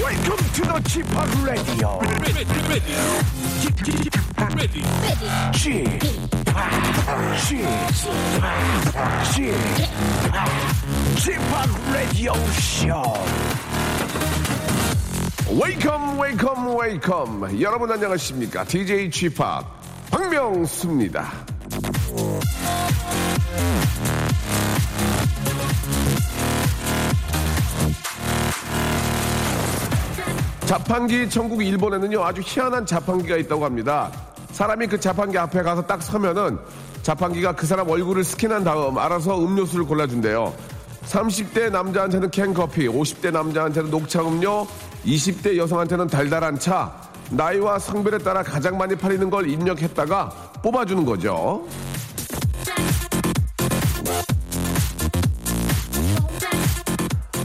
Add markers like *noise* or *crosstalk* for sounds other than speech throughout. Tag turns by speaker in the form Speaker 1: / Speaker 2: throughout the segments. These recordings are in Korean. Speaker 1: Welcome to the Chip Radio. Chip Radio Show.
Speaker 2: 웨이컴 웨이컴 웨이컴 여러분 안녕하십니까 DJ g p 박명수입니다 자판기 천국 일본에는요 아주 희한한 자판기가 있다고 합니다 사람이 그 자판기 앞에 가서 딱 서면은 자판기가 그 사람 얼굴을 스캔한 다음 알아서 음료수를 골라준대요 30대 남자한테는 캔커피 50대 남자한테는 녹차 음료 20대 여성한테는 달달한 차 나이와 성별에 따라 가장 많이 팔리는 걸 입력했다가 뽑아주는 거죠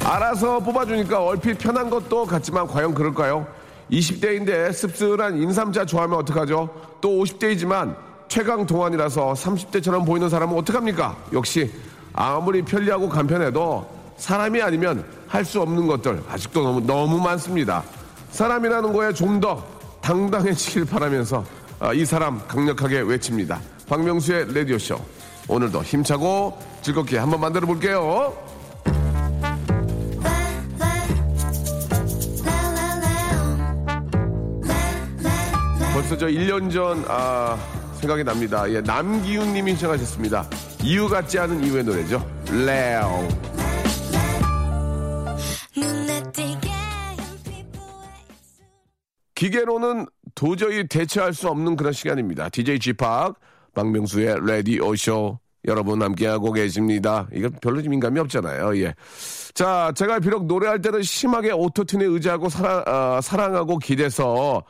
Speaker 2: 알아서 뽑아주니까 얼핏 편한 것도 같지만 과연 그럴까요? 20대인데 씁쓸한 인삼자 좋아하면 어떡하죠? 또 50대이지만 최강 동안이라서 30대처럼 보이는 사람은 어떡합니까? 역시 아무리 편리하고 간편해도 사람이 아니면 할 수 없는 것들 아직도 너무 너무 많습니다. 사람이라는 거에 좀 더 당당해지길 바라면서 아, 이 사람 강력하게 외칩니다. 박명수의 라디오 쇼 오늘도 힘차고 즐겁게 한번 만들어 볼게요. 벌써 저 1년 전, 아, 생각이 납니다. 예, 남기훈 님이 신청하셨습니다. 이유 같지 않은 이유의 노래죠. 레오. 기계로는 도저히 대체할 수 없는 그런 시간입니다. DJ 지팍, 박명수의 레디오쇼. 여러분 함께하고 계십니다. 이거 별로 좀 민감이 없잖아요. 예. 자, 제가 비록 노래할 때는 심하게 오토튠에 의지하고 사랑, 아, 사랑하고 기대서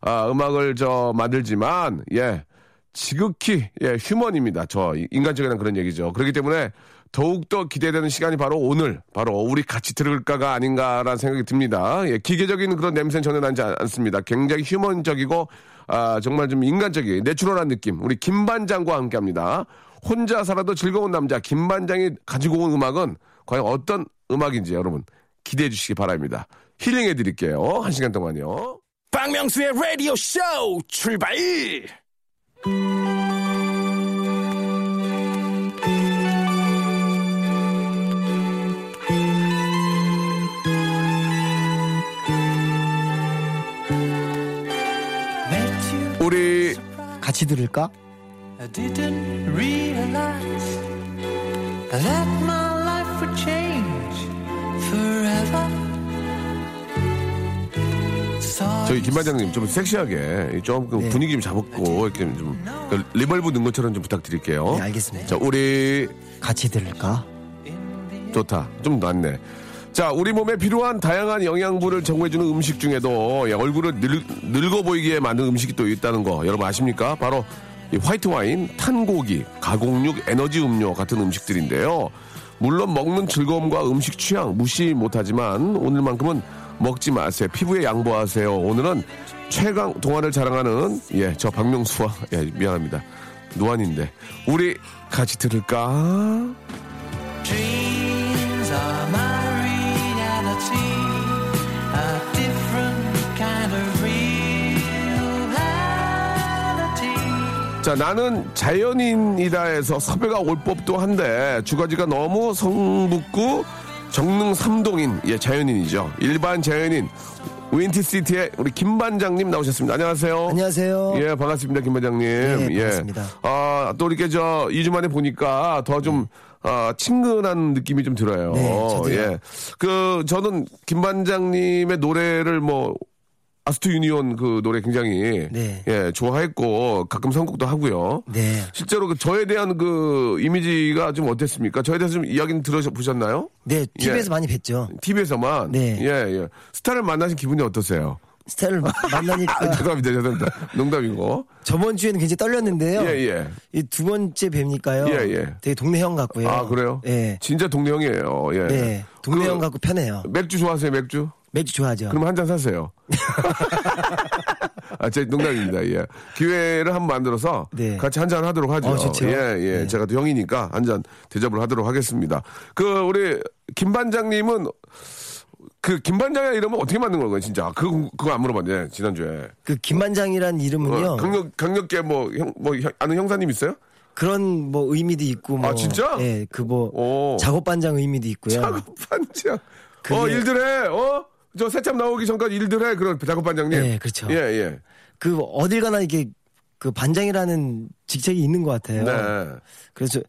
Speaker 2: 아, 음악을 저 만들지만 예 지극히 예 휴먼입니다. 저 인간적인 그런 얘기죠. 그렇기 때문에 더욱더 기대되는 시간이 바로 오늘, 바로 우리 같이 들을까가 아닌가라는 생각이 듭니다. 예, 기계적인 그런 냄새는 전혀 나지 않- 않습니다. 굉장히 휴먼적이고, 아, 정말 좀 인간적인, 내추럴한 느낌. 우리 김반장과 함께 합니다. 혼자 살아도 즐거운 남자, 김반장이 가지고 온 음악은 과연 어떤 음악인지 여러분 기대해 주시기 바랍니다. 힐링해 드릴게요. 한 시간 동안요.
Speaker 1: 박명수의 라디오 쇼 출발!
Speaker 2: 우리
Speaker 3: 같이 들을까?
Speaker 4: I didn't realize that my life would change forever. Saw
Speaker 2: 저희 김 반장님 좀 섹시하게 조금
Speaker 3: 네.
Speaker 2: 분위기 좀 잡고 이렇게 좀 그러니까 리벌브 넣은 것처럼 좀 부탁드릴게요.
Speaker 3: 네, 알겠습니다.
Speaker 2: 자 우리
Speaker 3: 같이 들을까?
Speaker 2: 좋다 좀 낫네. 자 우리 몸에 필요한 다양한 영양분을 제공해주는 음식 중에도 예, 얼굴을 늙, 늙어 보이게 만드는 음식이 또 있다는 거 여러분 아십니까? 바로 이 화이트 와인, 탄고기, 가공육, 에너지 음료 같은 음식들인데요. 물론 먹는 즐거움과 음식 취향 무시 못하지만 오늘만큼은 먹지 마세요. 피부에 양보하세요. 오늘은 최강 동안을 자랑하는 예, 저 박명수와 예, 미안합니다. 노안인데 우리 같이 들을까?
Speaker 4: dreams are my reality. A different kind of reality.
Speaker 2: 자, 나는 자연인이다에서 섭외가 올 법도 한데 주거지가 너무 성북구 정릉 삼동인 예 자연인이죠. 일반 자연인 윈티시티의 우리 김 반장님 나오셨습니다. 안녕하세요.
Speaker 3: 안녕하세요.
Speaker 2: 예, 반갑습니다, 김 반장님. 예,
Speaker 3: 어. 반갑습니다.
Speaker 2: 아, 또 이렇게 저 2주 만에 보니까 더 좀 아, 친근한 느낌이 좀 들어요.
Speaker 3: 네, 저도요.
Speaker 2: 예. 그 저는 김 반장님의 노래를 뭐 아스트 유니온 그 노래 굉장히
Speaker 3: 네.
Speaker 2: 예 좋아했고 가끔 선곡도 하고요.
Speaker 3: 네.
Speaker 2: 실제로 그 저에 대한 그 이미지가 좀 어땠습니까? 저에 대해서 좀 이야기는 들어보셨나요?
Speaker 3: 네, TV에서
Speaker 2: 예.
Speaker 3: 많이 뵀죠.
Speaker 2: TV에서만
Speaker 3: 네.
Speaker 2: 예, 예. 스타를 만나신 기분이 어떠세요? *laughs*
Speaker 3: 스타를 마-
Speaker 2: 아,
Speaker 3: 만나니까
Speaker 2: 죄송합니다. 죄송합니다. 농담이고.
Speaker 3: 저번 주에는 굉장히 떨렸는데요.
Speaker 2: 예, 예.
Speaker 3: 이 두 번째 뵈니까요.
Speaker 2: 예, 예.
Speaker 3: 되게 동네 형 같고요.
Speaker 2: 아, 그래요?
Speaker 3: 예.
Speaker 2: 진짜 동네 형이에요. 예.
Speaker 3: 네. 동네
Speaker 2: 그
Speaker 3: 형 같고 편해요.
Speaker 2: 맥주 좋아하세요, 맥주?
Speaker 3: 맥주 좋아하죠.
Speaker 2: 그럼 한 잔
Speaker 3: *laughs*
Speaker 2: 사세요. 아, 제 농담입니다. 예. 기회를 한번 만들어서
Speaker 3: 네.
Speaker 2: 같이 한 잔 하도록 하죠.
Speaker 3: 어, 좋죠.
Speaker 2: 예, 예.
Speaker 3: 네.
Speaker 2: 제가 또 형이니까 한 잔 대접을 하도록 하겠습니다. 그, 우리, 김반장님은 그, 김반장이라는 이름은 어떻게 만든 건가요, 진짜? 그, 그거 안 물어봤네, 지난주에.
Speaker 3: 그 김만장이란 이름은요.
Speaker 2: 어, 강력, 강력계 뭐, 형, 뭐, 형- 아는 형사님 있어요?
Speaker 3: 그런 뭐 의미도 있고 뭐
Speaker 2: 아, 진짜?
Speaker 3: 예,
Speaker 2: 오.
Speaker 3: 그뭐 작업반장 의미도 있고요.
Speaker 2: 작업반장. 어,
Speaker 3: 예. 그게-
Speaker 2: 일들 해. 어? 저 새참 나오기 전까지 일들 해. 그런 작업반장님.
Speaker 3: 네, 그렇죠.
Speaker 2: 예, 예.
Speaker 3: 그 어딜 가나 이게 그 반장이라는 직책이 있는 것 같아요.
Speaker 2: 네.
Speaker 3: 그래서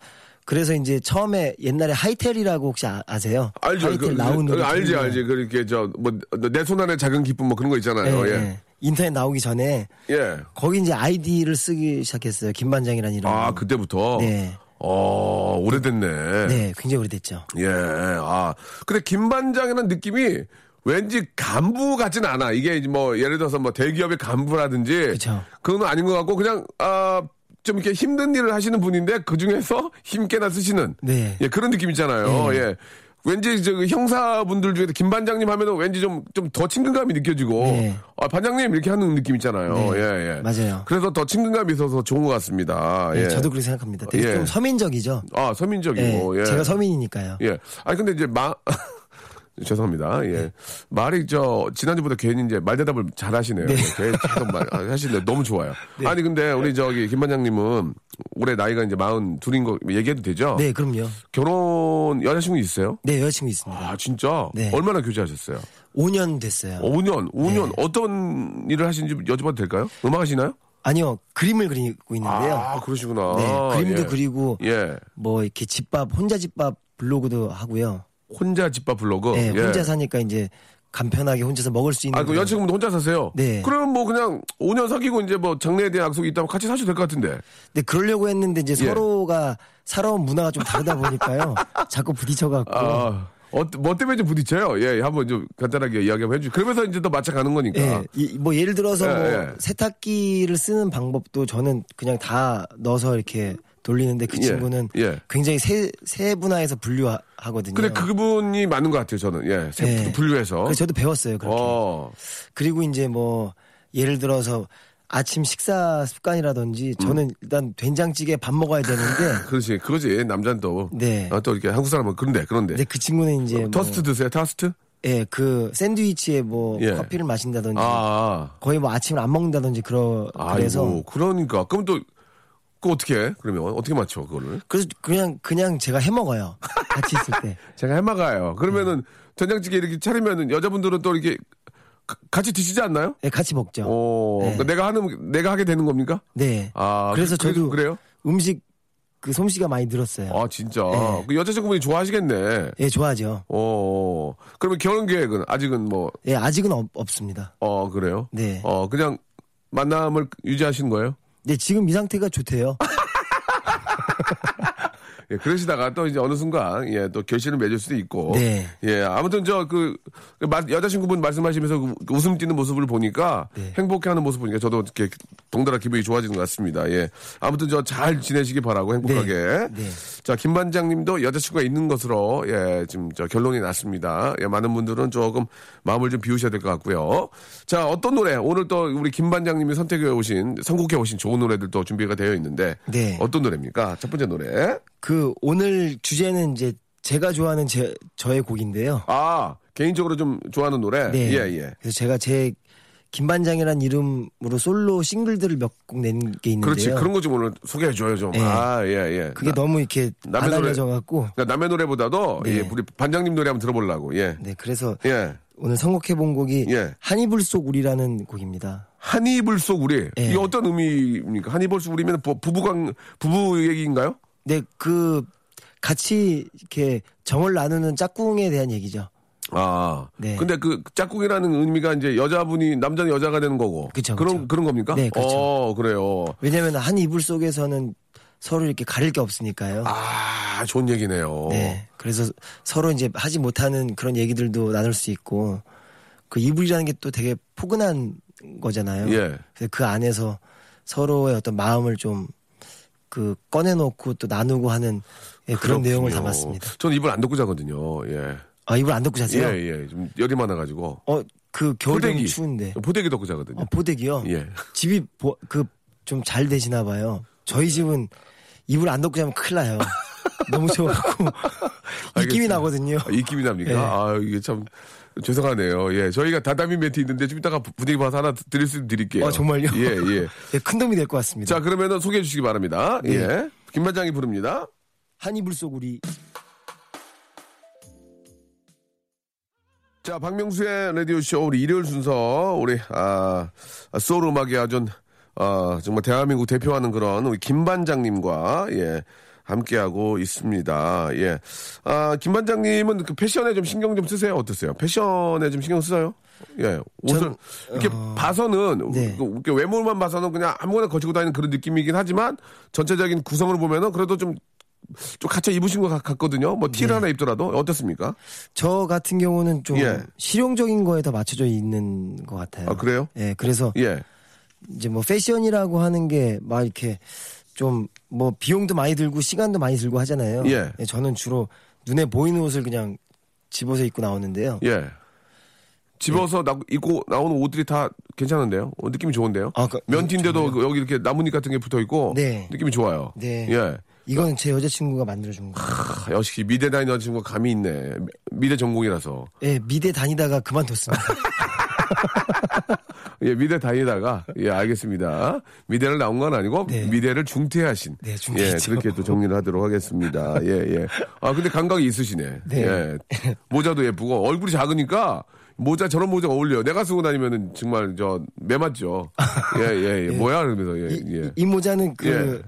Speaker 3: 그래서 이제 처음에 옛날에 하이텔이라고 혹시 아, 아세요?
Speaker 2: 알죠.
Speaker 3: 하이텔
Speaker 2: 그,
Speaker 3: 나온
Speaker 2: 그,
Speaker 3: 노래
Speaker 2: 알지,
Speaker 3: 중에
Speaker 2: 알지. 그렇게 저, 뭐, 내 손 안에 작은 기쁨 뭐 그런 거 있잖아요.
Speaker 3: 예,
Speaker 2: 예.
Speaker 3: 예. 인터넷 나오기 전에
Speaker 2: 예.
Speaker 3: 거기 이제 아이디를 쓰기 시작했어요. 김반장이라는 이름.
Speaker 2: 아, 그때부터?
Speaker 3: 네.
Speaker 2: 어, 오래됐네.
Speaker 3: 네, 굉장히 오래됐죠.
Speaker 2: 예. 아. 근데 김반장이라는 느낌이 왠지 간부 같진 않아. 이게 이제 뭐, 예를 들어서 뭐 대기업의 간부라든지.
Speaker 3: 그쵸.
Speaker 2: 건 아닌 것 같고, 그냥, 아, 좀 이렇게 힘든 일을 하시는 분인데 그 중에서 힘께나 쓰시는
Speaker 3: 네.
Speaker 2: 예 그런 느낌 있잖아요
Speaker 3: 네.
Speaker 2: 예 왠지 저 형사분들 중에 김 반장님 하면은 왠지 좀 좀 더 친근감이 느껴지고
Speaker 3: 네.
Speaker 2: 아, 반장님 이렇게 하는 느낌 있잖아요
Speaker 3: 네.
Speaker 2: 예, 예.
Speaker 3: 맞아요.
Speaker 2: 그래서 더 친근감이 있어서 좋은 것 같습니다
Speaker 3: 네,
Speaker 2: 예.
Speaker 3: 저도 그렇게 생각합니다. 되게
Speaker 2: 예.
Speaker 3: 좀 서민적이죠.
Speaker 2: 아
Speaker 3: 예,
Speaker 2: 서민적이고 예.
Speaker 3: 제가 서민이니까요.
Speaker 2: 예. 아니 근데 이제 마 *laughs* 죄송합니다.
Speaker 3: 네.
Speaker 2: 예. 말이 저 지난주보다 괜히 이제 말 대답을 잘 하시네요. 예, 계속 말 아, 하시는데 너무 좋아요.
Speaker 3: 네.
Speaker 2: 아니 근데 우리 저기 김 반장님은 올해 나이가 이제 마흔 둘인 거 얘기해도 되죠?
Speaker 3: 네, 그럼요.
Speaker 2: 결혼 여자친구 있어요?
Speaker 3: 네, 여자친구 있습니다.
Speaker 2: 아 진짜?
Speaker 3: 네.
Speaker 2: 얼마나 교제하셨어요?
Speaker 3: 5년 됐어요.
Speaker 2: 5년, 5년
Speaker 3: 네.
Speaker 2: 어떤 일을 하시는지 여쭤봐도 될까요? 음악 하시나요?
Speaker 3: 아니요, 그림을 그리고 있는데요.
Speaker 2: 아 그러시구나.
Speaker 3: 네, 그림도
Speaker 2: 예.
Speaker 3: 그리고
Speaker 2: 예.
Speaker 3: 뭐 이렇게 집밥 혼자 집밥 블로그도 하고요.
Speaker 2: 혼자 집밥 블로그.
Speaker 3: 네,
Speaker 2: 예.
Speaker 3: 혼자 사니까 이제 간편하게 혼자서 먹을 수 있는
Speaker 2: 아, 그
Speaker 3: 그런-
Speaker 2: 여자친구분 혼자 사세요?
Speaker 3: 네.
Speaker 2: 그러면 뭐 그냥 5년 사귀고 이제 뭐 장래에 대한 약속이 있다면 같이 사셔도 될 것 같은데.
Speaker 3: 근데 그러려고 했는데 이제
Speaker 2: 예.
Speaker 3: 서로가 살아온 문화가 좀 다르다
Speaker 2: *laughs*
Speaker 3: 보니까요. 자꾸 부딪혀갖고
Speaker 2: 아, 어, 뭐 때문에 좀 부딪혀요? 예, 한번 좀 간단하게 이야기 한번 해주세요. 그러면서 이제 또 마차 가는 거니까.
Speaker 3: 예, 이- 뭐 예를 들어서
Speaker 2: 아. 예,
Speaker 3: 뭐
Speaker 2: 예.
Speaker 3: 세탁기를 쓰는 방법도 저는 그냥 다 넣어서 이렇게 돌리는데 그
Speaker 2: 예,
Speaker 3: 친구는
Speaker 2: 예.
Speaker 3: 굉장히 세, 세 분화에서 분류하거든요.
Speaker 2: 근데 그분이 맞는 것 같아요, 저는. 예, 세-
Speaker 3: 예.
Speaker 2: 분류해서.
Speaker 3: 그래서 저도 배웠어요. 그렇게.
Speaker 2: 어,
Speaker 3: 그리고 이제 뭐 예를 들어서 아침 식사 습관이라든지 저는 일단 된장찌개 밥 먹어야 되는데
Speaker 2: 음. *laughs* 그렇지. 그거지. 남자는 또.
Speaker 3: 네.
Speaker 2: 아, 또 이렇게 한국 사람은 그런데, 그런데.
Speaker 3: 근데 그 친구는 이제 뭐,
Speaker 2: 터스트 드세요, 터스트?
Speaker 3: 예, 그 샌드위치에 뭐
Speaker 2: 예.
Speaker 3: 커피를 마신다든지
Speaker 2: 아,
Speaker 3: 거의 뭐 아침을 안 먹는다든지 그러
Speaker 2: 아.
Speaker 3: 그래서
Speaker 2: 아이고, 그러니까. 그럼 또, 그거 어떻게 해? 그러면 어떻게 맞춰, 그거를?
Speaker 3: 그래서 그냥 그냥 제가 해 먹어요. 같이 있을
Speaker 2: *laughs*
Speaker 3: 때.
Speaker 2: 제가 해먹어요. 그러면은 된장찌개 이렇게 차리면은 여자분들은 또 이렇게 가- 같이 드시지 않나요?
Speaker 3: 예, 같이 먹죠.
Speaker 2: 오,
Speaker 3: 네.
Speaker 2: 그러니까 내가 하는 내가 하게 되는 겁니까?
Speaker 3: 네.
Speaker 2: 아,
Speaker 3: 그래서
Speaker 2: 그-
Speaker 3: 저도
Speaker 2: 그래요?
Speaker 3: 음식 그 솜씨가 많이 늘었어요.
Speaker 2: 아 진짜
Speaker 3: 네.
Speaker 2: 그 여자친구분이 좋아하시겠네.
Speaker 3: 예, 좋아하죠.
Speaker 2: 어, 그러면 결혼 계획은 아직은 뭐 어
Speaker 3: 예, 아직은 없, 없습니다.
Speaker 2: 그래요?
Speaker 3: 네.
Speaker 2: 어 그냥 만남을 유지하신 거예요?
Speaker 3: 네, 지금 이 상태가
Speaker 2: *laughs*
Speaker 3: 좋대요.
Speaker 2: 예, 그러시다가 또 이제 어느 순간 예 또 결실을 맺을 수도 있고
Speaker 3: 네.
Speaker 2: 예 아무튼 저그 그 마- 여자친구분 말씀하시면서 그 웃음 띄는 모습을 보니까
Speaker 3: 네.
Speaker 2: 행복해하는 모습 보니까 저도 이렇게 동달아 기분이 좋아지는 것 같습니다 예 아무튼 저 잘 지내시기 바라고 행복하게
Speaker 3: 네.
Speaker 2: 자 김반장님도 여자친구가 있는 것으로 예 지금 저 결론이 났습니다 예 많은 분들은 조금 마음을 좀 비우셔야 될 것 같고요 자 어떤 노래 오늘 또 우리 김반장님이 선택해 오신 선곡해 오신 좋은 노래들도 준비가 되어 있는데
Speaker 3: 네.
Speaker 2: 어떤 노래입니까 첫 번째 노래
Speaker 3: 그 오늘 주제는 이제 제가 좋아하는 제 저의 곡인데요.
Speaker 2: 아 개인적으로 좀 좋아하는 노래
Speaker 3: 네.
Speaker 2: 예 예.
Speaker 3: 그래서 제가 제 김반장이라는 이름으로 솔로 싱글들을 몇 곡 낸 게 있는데요.
Speaker 2: 그렇지 그런 거 좀 오늘 소개해 줘요 좀.
Speaker 3: 네.
Speaker 2: 아 예 예.
Speaker 3: 그게
Speaker 2: 나-
Speaker 3: 너무 이렇게
Speaker 2: 남의
Speaker 3: 안
Speaker 2: 노래-
Speaker 3: 알려져 갖고
Speaker 2: 그러니까 남의 노래보다도
Speaker 3: 네.
Speaker 2: 예, 우리 반장님 노래 한번 들어보려고 예.
Speaker 3: 네, 그래서
Speaker 2: 예.
Speaker 3: 오늘 선곡해 본 곡이
Speaker 2: 예.
Speaker 3: 한이불 속 우리라는 곡입니다.
Speaker 2: 한 이불 속 우리
Speaker 3: 예.
Speaker 2: 이게 어떤 의미입니까? 한 이불 속 우리면 부- 부부관 부부 얘기인가요?
Speaker 3: 네, 그 같이 이렇게 정을 나누는 짝꿍에 대한 얘기죠.
Speaker 2: 아.
Speaker 3: 네.
Speaker 2: 근데 그 짝꿍이라는 의미가 이제 여자분이 남자는 여자가 되는 거고.
Speaker 3: 그쵸,
Speaker 2: 런
Speaker 3: 그쵸.
Speaker 2: 그런 겁니까?
Speaker 3: 네, 그렇죠.
Speaker 2: 어, 그래요.
Speaker 3: 왜냐면 한 이불 속에서는 서로 이렇게 가릴 게 없으니까요.
Speaker 2: 아, 좋은 얘기네요.
Speaker 3: 네. 그래서 서로 이제 하지 못하는 그런 얘기들도 나눌 수 있고 그 이불이라는 게 또 되게 포근한 거잖아요.
Speaker 2: 예.
Speaker 3: 그래서 그 안에서 서로의 어떤 마음을 좀 그 꺼내놓고 또 나누고 하는 예, 그런
Speaker 2: 그렇군요.
Speaker 3: 내용을 담았습니다.
Speaker 2: 저는 이불 안 덮고 자거든요. 예.
Speaker 3: 아 이불 안 덮고
Speaker 2: 예,
Speaker 3: 자세요?
Speaker 2: 예. 좀 열이 많아가지고.
Speaker 3: 어 그 겨울 되면
Speaker 2: 포대기.
Speaker 3: 추운데
Speaker 2: 포대기 덮고 자거든요.
Speaker 3: 어, 보대기요?
Speaker 2: 예.
Speaker 3: 집이 그 좀 잘 되시나 봐요. 저희 집은 이불 안 덮고 자면 큰일
Speaker 2: *laughs*
Speaker 3: 나요. 너무 추워갖고 입김이
Speaker 2: 알겠습니다.
Speaker 3: 나거든요.
Speaker 2: 아, 입김이 납니까?
Speaker 3: 예.
Speaker 2: 아, 이게 참 죄송하네요. 예. 저희가 다다미 멘트 있는데 좀 이따가 분위기 봐서 하나 드릴 수 드릴게요.
Speaker 3: 아, 정말요?
Speaker 2: 예,
Speaker 3: *laughs*
Speaker 2: 예.
Speaker 3: 예, 큰 도움이 될 것 같습니다.
Speaker 2: 자, 그러면은 소개해 주시기 바랍니다.
Speaker 3: 네.
Speaker 2: 예. 김반장이 부릅니다.
Speaker 3: 한 이불 속 우리
Speaker 2: 자, 박명수의 라디오쇼 우리 일요일 순서 우리 아, 소울 음악의 아주 아, 정말 대한민국 대표하는 그런 우리 김반장님과 예. 함께하고 있습니다. 예. 아, 김반장님은 그 패션에 좀 신경 좀 쓰세요. 어떠세요? 패션에 좀 신경 쓰세요? 예. 옷을 이렇게 봐서는
Speaker 3: 네.
Speaker 2: 그 이렇게 외모만 봐서는 그냥 아무거나 거치고 다니는 그런 느낌이긴 하지만 전체적인 구성을 보면은 그래도 좀 좀 갖춰 입으신 것 같- 같거든요. 뭐 티를 하나 입더라도 어떻습니까?
Speaker 3: 저 같은 경우는 좀
Speaker 2: 예.
Speaker 3: 실용적인 거에 더 맞춰져 있는 것 같아요.
Speaker 2: 아, 그래요?
Speaker 3: 예, 그래서
Speaker 2: 예.
Speaker 3: 이제 뭐 패션이라고 하는 게 막 이렇게 좀 뭐 비용도 많이 들고 시간도 많이 들고 하잖아요.
Speaker 2: 예.
Speaker 3: 저는 주로 눈에 보이는 옷을 그냥 집어서 입고 나오는데요.
Speaker 2: 예. 집어서 나, 입고 나오는 옷들이 다 괜찮은데요? 어, 느낌이 좋은데요?
Speaker 3: 아, 그-
Speaker 2: 면티인데도 그 여기 이렇게 나뭇잎 같은 게 붙어 있고
Speaker 3: 네.
Speaker 2: 느낌이 좋아요.
Speaker 3: 네.
Speaker 2: 예.
Speaker 3: 이건 제 여자친구가 만들어준 거예요.
Speaker 2: 아, 역시 미대 다니는 친구가 감이 있네. 미- 미대 전공이라서.
Speaker 3: 예, 미대 다니다가 그만뒀습니다.
Speaker 2: 예, 미대 다니다가 예, 알겠습니다. 미대를 나온 건 아니고
Speaker 3: 네.
Speaker 2: 미대를 중퇴하신.
Speaker 3: 네,
Speaker 2: 예,
Speaker 3: 중퇴했죠.
Speaker 2: 그렇게 또 정리를 하도록 하겠습니다. 예, 예. 아, 근데 감각이 있으시네.
Speaker 3: 네.
Speaker 2: 예. 모자도 예쁘고 얼굴이 작으니까 모자 저런 모자가 어울려요. 내가 쓰고 다니면은 정말 저매 맞죠. 예,
Speaker 3: *laughs*
Speaker 2: 예, 예. 뭐야 그러면서 *laughs* 예,
Speaker 3: 네. 이,
Speaker 2: 예.
Speaker 3: 이 모자는 그
Speaker 2: 예.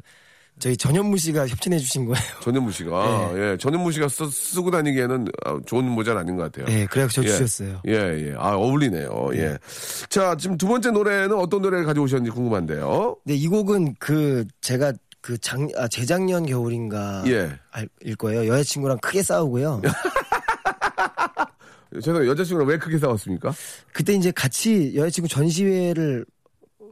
Speaker 3: 저희 전현무 씨가 협찬해 주신 거예요.
Speaker 2: 전현무 씨가
Speaker 3: 네.
Speaker 2: 예, 전현무 씨가 쓰, 쓰고 다니기에는 아, 좋은 모자는 아닌 것 같아요.
Speaker 3: 예, 그래서 저
Speaker 2: 예.
Speaker 3: 주셨어요.
Speaker 2: 예, 예. 아, 어울리네요. 예. 자, 지금 두 번째 노래는 어떤 노래를 가져오셨는지 궁금한데요.
Speaker 3: 네, 이 곡은 그 제가 그 작, 아, 재작년 겨울인가
Speaker 2: 예.
Speaker 3: 알- 일 거예요. 여자친구랑
Speaker 2: *laughs*
Speaker 3: 크게 싸우고요.
Speaker 2: 제가 여자친구랑 왜 크게 싸웠습니까?
Speaker 3: 그때 이제 같이 여자친구 전시회를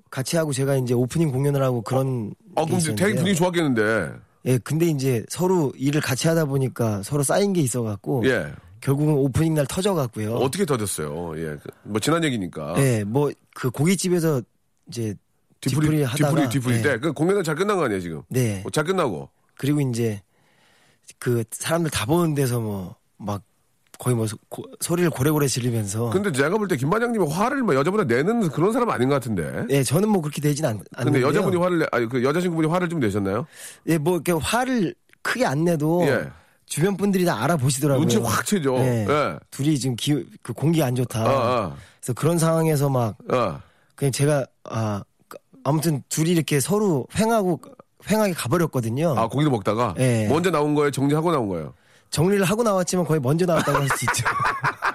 Speaker 3: 같이 하고 제가 이제 오프닝 공연을 하고 그런
Speaker 2: 어,
Speaker 3: 게
Speaker 2: 그럼
Speaker 3: 있었는데요.
Speaker 2: 되게 분위기 좋았겠는데.
Speaker 3: 예, 근데 이제 서로 일을 같이 하다 보니까 서로 쌓인 게 있어 갖고
Speaker 2: 예.
Speaker 3: 결국은 오프닝 날 터져 갖고요.
Speaker 2: 어. 떻게 터졌어요? 예. 그, 뭐, 지난 얘기니까.
Speaker 3: 예, 뭐 그 고깃집에서 이제 뒤풀이, 하다가
Speaker 2: 뒤풀이, 뒤풀이
Speaker 3: 예,
Speaker 2: 때. 그 공연은 잘 끝난 거 아니에요, 지금?
Speaker 3: 네.
Speaker 2: 어, 잘 끝나고.
Speaker 3: 그리고 이제 그 사람들 다 보는 데서 뭐 막 거의 뭐 소, 리를 고래고래 지르면서
Speaker 2: 근데 제가 볼 때 김반장님이 화를 막 여자보다 내는 그런 사람 아닌 것 같은데.
Speaker 3: 예, 저는 뭐 그렇게 되진 않,
Speaker 2: 근데
Speaker 3: 않는데
Speaker 2: 여자분이 화를, 내, 아니, 그 여자친구분이 화를 좀 내셨나요?
Speaker 3: 예, 뭐 이렇게 화를 크게 안 내도
Speaker 2: 예.
Speaker 3: 주변 분들이 다 알아보시더라고요.
Speaker 2: 눈치 확 채죠.
Speaker 3: 예.
Speaker 2: 예.
Speaker 3: 둘이 지금 기, 그 공기 안 좋다.
Speaker 2: 아, 아,
Speaker 3: 그래서 그런 상황에서 막
Speaker 2: 아.
Speaker 3: 그냥 제가 아 그- 아무튼 둘이 이렇게 서로 횡하고 횡하게 가버렸거든요.
Speaker 2: 아, 고기를 먹다가.
Speaker 3: 예.
Speaker 2: 먼저 나온 거예요? 정리하고 나온 거예요?
Speaker 3: 정리를 하고 나왔지만 거의 먼저 나왔다고 할 수 있죠. *laughs*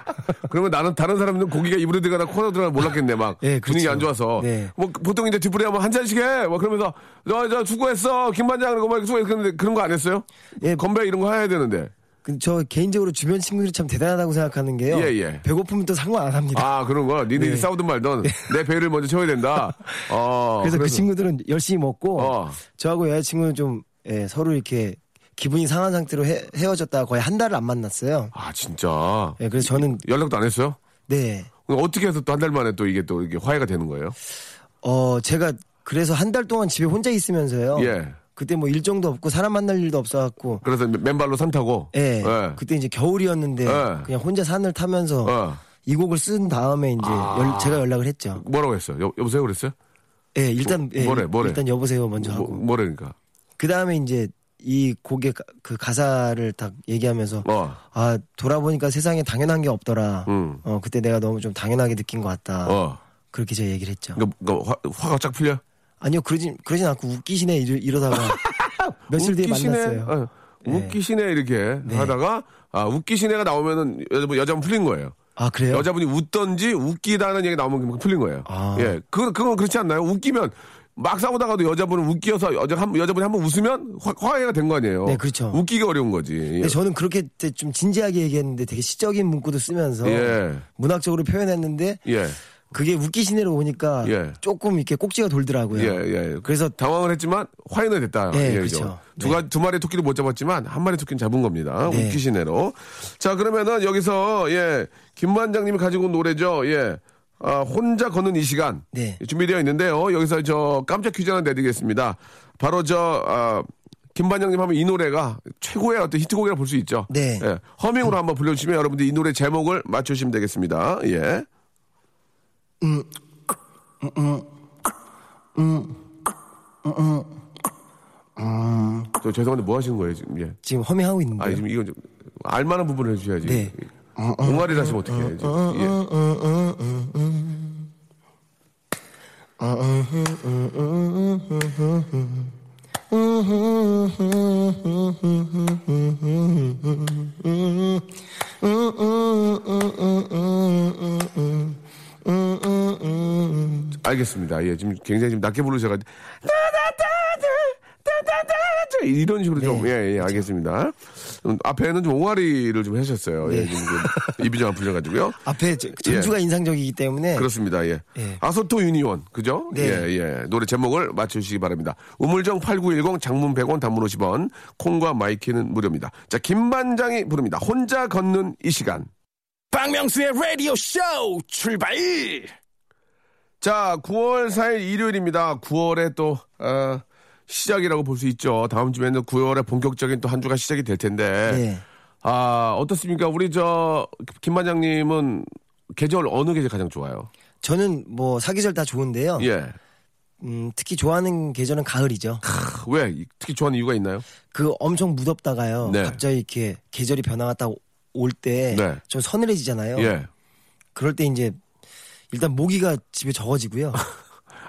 Speaker 2: 그러면 나는 다른 사람들은 고기가 입으로 들어가나 코너 들어가나 몰랐겠네 막
Speaker 3: 예, 그렇죠.
Speaker 2: 분위기 안 좋아서
Speaker 3: 네.
Speaker 2: 뭐 보통 이제 뒷부리 하면 한 잔씩 해막 그러면서 저저 수고했어 김반장 그러고 막 수고했어 근데 그런 거 안 했어요?
Speaker 3: 예.
Speaker 2: 건배 이런 거 해야 되는데
Speaker 3: 근데 저 개인적으로 주변 친구들이 참 대단하다고 생각하는 게요.
Speaker 2: 예, 예.
Speaker 3: 배고프면 또 상관 안 합니다.
Speaker 2: 아 그런 거 니네들이 싸우든 말든 내 배를 먼저 채워야
Speaker 3: *laughs*
Speaker 2: 된다. 어
Speaker 3: 그래서, 그 친구들은 열심히 먹고
Speaker 2: 어.
Speaker 3: 저하고 여자친구는 좀 예, 서로 이렇게 기분이 상한 상태로 헤, 헤어졌다가 거의 한 달을 안 만났어요.
Speaker 2: 아 진짜
Speaker 3: 예, 그래서 저는
Speaker 2: 연락도 안 했어요?
Speaker 3: 네.
Speaker 2: 그럼 어떻게 해서 또 한 달 만에 또 이게 또 이게 화해가 되는 거예요?
Speaker 3: 어, 제가 그래서 한 달 동안 집에 혼자 있으면서요.
Speaker 2: 예.
Speaker 3: 그때 뭐 일정도 없고 사람 만날 일도 없어갖고
Speaker 2: 그래서 맨발로 산 타고
Speaker 3: 예, 그때 이제 겨울이었는데
Speaker 2: 예.
Speaker 3: 그냥 혼자 산을 타면서
Speaker 2: 어.
Speaker 3: 이 곡을 쓴 다음에 이제
Speaker 2: 아.
Speaker 3: 연- 제가 연락을 했죠.
Speaker 2: 뭐라고 했어요? 여, 여보세요 그랬어요?
Speaker 3: 예, 일단 예,
Speaker 2: 뭐래, 뭐래?
Speaker 3: 일단 여보세요 먼저
Speaker 2: 뭐,
Speaker 3: 하고
Speaker 2: 뭐라니까?
Speaker 3: 그 다음에 이제 이 곡의 가- 그 가사를 딱 얘기하면서
Speaker 2: 어.
Speaker 3: 아 돌아보니까 세상에 당연한 게 없더라.
Speaker 2: 음.
Speaker 3: 어 그때 내가 너무 좀 당연하게 느낀 것 같다.
Speaker 2: 어.
Speaker 3: 그렇게 제가 얘기를 했죠.
Speaker 2: 그러니까, 그러니까 화, 가쫙 풀려? *laughs*
Speaker 3: 아니요 그러진 그러진 않고 웃기시네 이러, 다가 며칠 뒤에
Speaker 2: 웃기시네.
Speaker 3: 만났어요.
Speaker 2: 어. 웃기시네 이렇게 하다가 아 웃기시네가 나오면은 여자분 여자분 풀린 거예요.
Speaker 3: 아 그래요?
Speaker 2: 여자분이 웃던지 웃기다는 얘기 나오면 그만 풀린 거예요.
Speaker 3: 아.
Speaker 2: 예, 그 그건 그렇지 않나요? 웃기면 막 싸우다가도 여자분은 웃겨서 여자 한 여자분이 한번 웃으면 화, 화해가 된 거 아니에요.
Speaker 3: 네, 그렇죠.
Speaker 2: 웃기가 어려운 거지. 예.
Speaker 3: 근데 저는 그렇게 되게 좀 진지하게 얘기했는데 되게 시적인 문구도 쓰면서
Speaker 2: 예.
Speaker 3: 문학적으로 표현했는데
Speaker 2: 예.
Speaker 3: 그게 웃기시네로 오니까
Speaker 2: 예.
Speaker 3: 조금 이렇게 꼭지가 돌더라고요.
Speaker 2: 예, 예.
Speaker 3: 그래서
Speaker 2: 당황을 했지만 화해는 됐다.
Speaker 3: 네,
Speaker 2: 얘기죠.
Speaker 3: 그렇죠.
Speaker 2: 두, 가- 두 마리 토끼를 못 잡았지만 한 마리 토끼는 잡은 겁니다.
Speaker 3: 네.
Speaker 2: 웃기시네로. 자, 그러면은 여기서 예, 김만장님이 가지고 온 노래죠. 예. 아, 혼자 걷는 이 시간
Speaker 3: 네.
Speaker 2: 준비되어 있는데요. 여기서 저 깜짝 퀴즈 하나 내드리겠습니다. 바로 저 아, 김반장님 하면 이 노래가 최고의 어떤 히트곡이라 볼 수 있죠.
Speaker 3: 네.
Speaker 2: 예, 허밍으로 한번 불러주시면 여러분들 이 노래 제목을 맞추시면 되겠습니다. 예. 저 죄송한데 뭐 하시는 거예요 지금? 예.
Speaker 3: 지금 허밍하고 있는데.
Speaker 2: 아니 지금 이건 좀 알만한 부분을 해주셔야지.
Speaker 3: 네.
Speaker 2: 동아리를 하시면 어떻게 해요? 지금? 예. 아, 알겠습니다. 예, 지금 굉장히 지금 낮게 부르셔가지고 따다다다, 이런 식으로 좀
Speaker 3: 네.
Speaker 2: 예, 예, 알겠습니다. 음, 앞에는 좀 옹알이를 좀 하셨어요.
Speaker 3: 네.
Speaker 2: 예, 지금 그 입이 좀 안 풀려가지고요.
Speaker 3: 앞에 저- 전주가 인상적이기 때문에
Speaker 2: 예. 그렇습니다. 예.
Speaker 3: 예.
Speaker 2: 아소토 유니온. 그죠?
Speaker 3: 네.
Speaker 2: 예, 예. 노래 제목을 맞추시기 바랍니다. 우물정 8910 장문 100원 단문 50원. 콩과 마이키는 무료입니다. 자, 김반장이 부릅니다. 혼자 걷는 이 시간.
Speaker 1: 박명수의 라디오 쇼 출발!
Speaker 2: 자, 9월 4일 일요일입니다. 9월에 또, 어, 시작이라고 볼 수 있죠. 다음 주에는 9월에 본격적인 또 한 주가 시작이 될 텐데.
Speaker 3: 네.
Speaker 2: 아, 어떻습니까? 우리 저, 김반장님은 계절 어느 계절 가장 좋아요?
Speaker 3: 저는 뭐 사계절 다 좋은데요.
Speaker 2: 예.
Speaker 3: 음, 특히 좋아하는 계절은 가을이죠.
Speaker 2: 크, 왜? 특히 좋아하는 이유가 있나요?
Speaker 3: 그 엄청 무덥다가요.
Speaker 2: 네.
Speaker 3: 갑자기 이렇게 계절이 변화갔다 올 때 좀
Speaker 2: 네.
Speaker 3: 서늘해지잖아요.
Speaker 2: 예.
Speaker 3: 그럴 때 이제 일단 모기가 집에 적어지고요.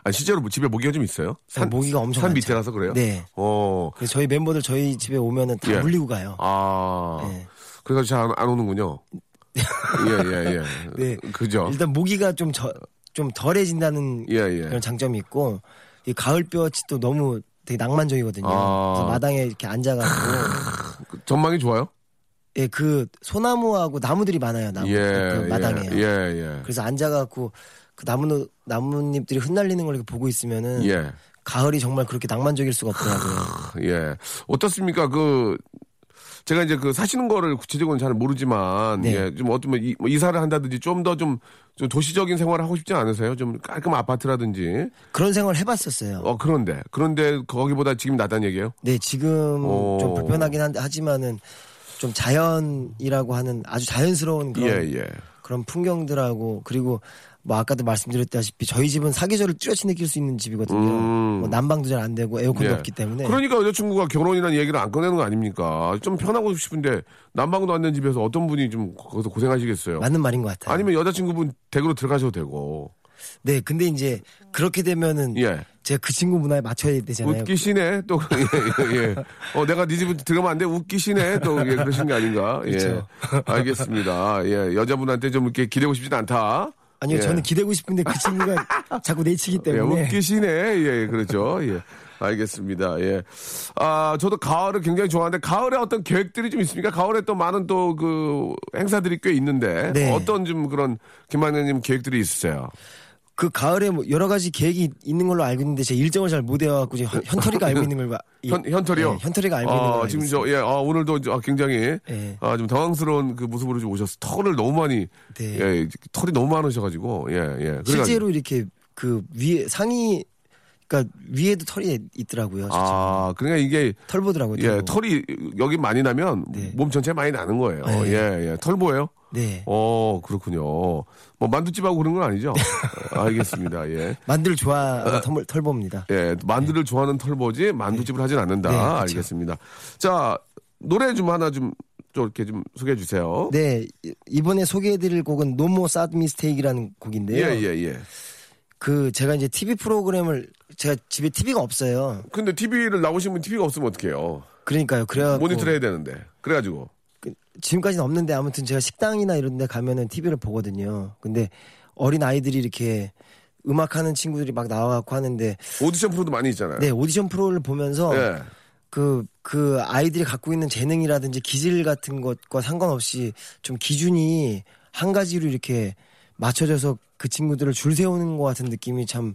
Speaker 2: 아 실제로 뭐 집에 모기가 좀 있어요? *laughs* 산
Speaker 3: 모기가 엄청
Speaker 2: 산
Speaker 3: 많죠.
Speaker 2: 밑에라서 그래요?
Speaker 3: 네.
Speaker 2: 어.
Speaker 3: 그래서 저희 멤버들 저희 집에 오면은 다
Speaker 2: 예.
Speaker 3: 물리고 가요.
Speaker 2: 아.
Speaker 3: 네.
Speaker 2: 그래서 잘 안
Speaker 3: *laughs*
Speaker 2: 오는군요. 예, 예, 예.
Speaker 3: 네.
Speaker 2: 그죠?
Speaker 3: 일단 모기가 좀, 저, 좀 덜해진다는
Speaker 2: 예, 예.
Speaker 3: 그런 장점이 있고 이 가을볕이 또 너무 되게 낭만적이거든요.
Speaker 2: 아.
Speaker 3: 그래서 마당에
Speaker 2: *laughs*
Speaker 3: 이렇게 앉아가지고
Speaker 2: 전망이 좋아요?
Speaker 3: 예, 그 소나무하고 나무들이 많아요. 나무
Speaker 2: 예.
Speaker 3: 그
Speaker 2: 예,
Speaker 3: 마당에.
Speaker 2: 예, 예.
Speaker 3: 그래서 앉아갖고 그 나무 나뭇잎들이 흩날리는 걸 이렇게 보고 있으면은
Speaker 2: 예.
Speaker 3: 가을이 정말 그렇게 낭만적일 수가 없더라고요.
Speaker 2: 예. 어떻습니까? 그 제가 이제 그 사시는 거를 구체적으로는 잘 모르지만
Speaker 3: 네.
Speaker 2: 예, 좀 어떤 이, 뭐 이사를 한다든지 좀 더 좀 좀 도시적인 생활을 하고 싶지 않으세요? 좀 깔끔한 아파트라든지.
Speaker 3: 그런 생활 해봤었어요.
Speaker 2: 어 그런데 그런데 거기보다 지금 낫다는 얘기예요?
Speaker 3: 네, 지금
Speaker 2: 오.
Speaker 3: 좀 불편하긴 한데 하지만은 좀 자연이라고 하는 아주 자연스러운 그런
Speaker 2: 예, 예.
Speaker 3: 그런 풍경들하고 그리고 뭐 아까도 말씀드렸다시피 저희 집은 사계절을 뚜렷이 느낄 수 있는 집이거든요.
Speaker 2: 음.
Speaker 3: 뭐 난방도 잘 안 되고 에어컨도
Speaker 2: 예.
Speaker 3: 없기 때문에
Speaker 2: 그러니까 여자친구가 결혼이라는 얘기를 안 꺼내는 거 아닙니까? 좀 편하고 싶은데 난방도 안 된 집에서 어떤 분이 좀 거기서 고생하시겠어요?
Speaker 3: 맞는 말인 것 같아요.
Speaker 2: 아니면 여자친구분 댁으로 들어가셔도 되고.
Speaker 3: 네, 근데 이제 그렇게 되면은
Speaker 2: 예.
Speaker 3: 제가 그 친구 문화에 맞춰야 되잖아요.
Speaker 2: 웃기시네 또 *laughs* 예, 예, 예. 어 내가 네 집에 들어가면 안 돼 웃기시네 또 예, 그러신 게 아닌가 예
Speaker 3: 그렇죠.
Speaker 2: 알겠습니다 예 여자분한테 좀 이렇게 기대고 싶진 않다
Speaker 3: 아니요,
Speaker 2: 예.
Speaker 3: 저는 기대고 싶은데 그 친구가
Speaker 2: *laughs*
Speaker 3: 자꾸 내치기
Speaker 2: 예,
Speaker 3: 때문에
Speaker 2: 웃기시네. 예, 그렇죠. 예. 알겠습니다. 예. 아, 저도 가을을 굉장히 좋아하는데 가을에 어떤 계획들이 좀 있습니까? 가을에 또 많은 또 그 행사들이 꽤 있는데
Speaker 3: 네.
Speaker 2: 어떤 좀 그런 김만현님 계획들이 있으세요?
Speaker 3: 그 가을에 뭐 여러 가지 계획이 있는 걸로 알고 있는데 제 일정을 잘 못 외워갖고 지금 현- 현털이가 알고 있는 걸 봐- 이-
Speaker 2: 현, 현털이요?
Speaker 3: 네, 현털이가 알고
Speaker 2: 아,
Speaker 3: 있는 걸
Speaker 2: 지금
Speaker 3: 지금
Speaker 2: 저, 예, 아, 오늘도 이제, 아, 굉장히,
Speaker 3: 예.
Speaker 2: 아, 좀 당황스러운 그 모습으로 좀 오셨어. 털을 너무 많이,
Speaker 3: 네.
Speaker 2: 예, 털이 너무 많으셔가지고, 예, 예. 그래가지고.
Speaker 3: 실제로 이렇게 그 위에 상의 그러니까 위에도 털이 있더라고요. 실제로.
Speaker 2: 아, 그러니까 이게
Speaker 3: 털 보더라고요.
Speaker 2: 예, 털이 여기 많이 나면
Speaker 3: 네.
Speaker 2: 몸 전체에 많이 나는 거예요. 예, 예. 털보예요?
Speaker 3: 네.
Speaker 2: 어, 그렇군요. 뭐 만두집하고 그런 건
Speaker 3: *laughs*
Speaker 2: 아니죠? 알겠습니다. 예.
Speaker 3: 만두를 좋아하는 어, 털, 털보입니다.
Speaker 2: 예, 만두를 좋아하는 털보지 만두집을 하진 않는다.
Speaker 3: 네, 그렇죠.
Speaker 2: 알겠습니다. 자, 노래 좀 하나 좀, 좀 이렇게 좀 소개해 주세요.
Speaker 3: 네. 이- 이번에 소개해드릴 곡은 No More Sad Mistake이라는
Speaker 2: 예,
Speaker 3: 곡인데요.
Speaker 2: 예, 예.
Speaker 3: 그 제가 이제 TV 프로그램을 제가 집에 TV가 없어요.
Speaker 2: 근데 TV를 나오시면 TV가 없으면 어떡해요?
Speaker 3: 그러니까요. 그래야
Speaker 2: 모니터를 해야 되는데. 그래가지고.
Speaker 3: 지금까지는 없는데 아무튼 제가 식당이나 이런 데 가면은 TV를 보거든요. 근데 어린 아이들이 이렇게 음악하는 친구들이 막 나와갖고 하는데
Speaker 2: 오디션 프로도 많이 있잖아요.
Speaker 3: 네 오디션 프로를 보면서
Speaker 2: 예.
Speaker 3: 그, 그 아이들이 갖고 있는 재능이라든지 기질 같은 것과 상관없이 좀 기준이 한 가지로 이렇게 맞춰져서 그 친구들을 줄 세우는 것 같은 느낌이 참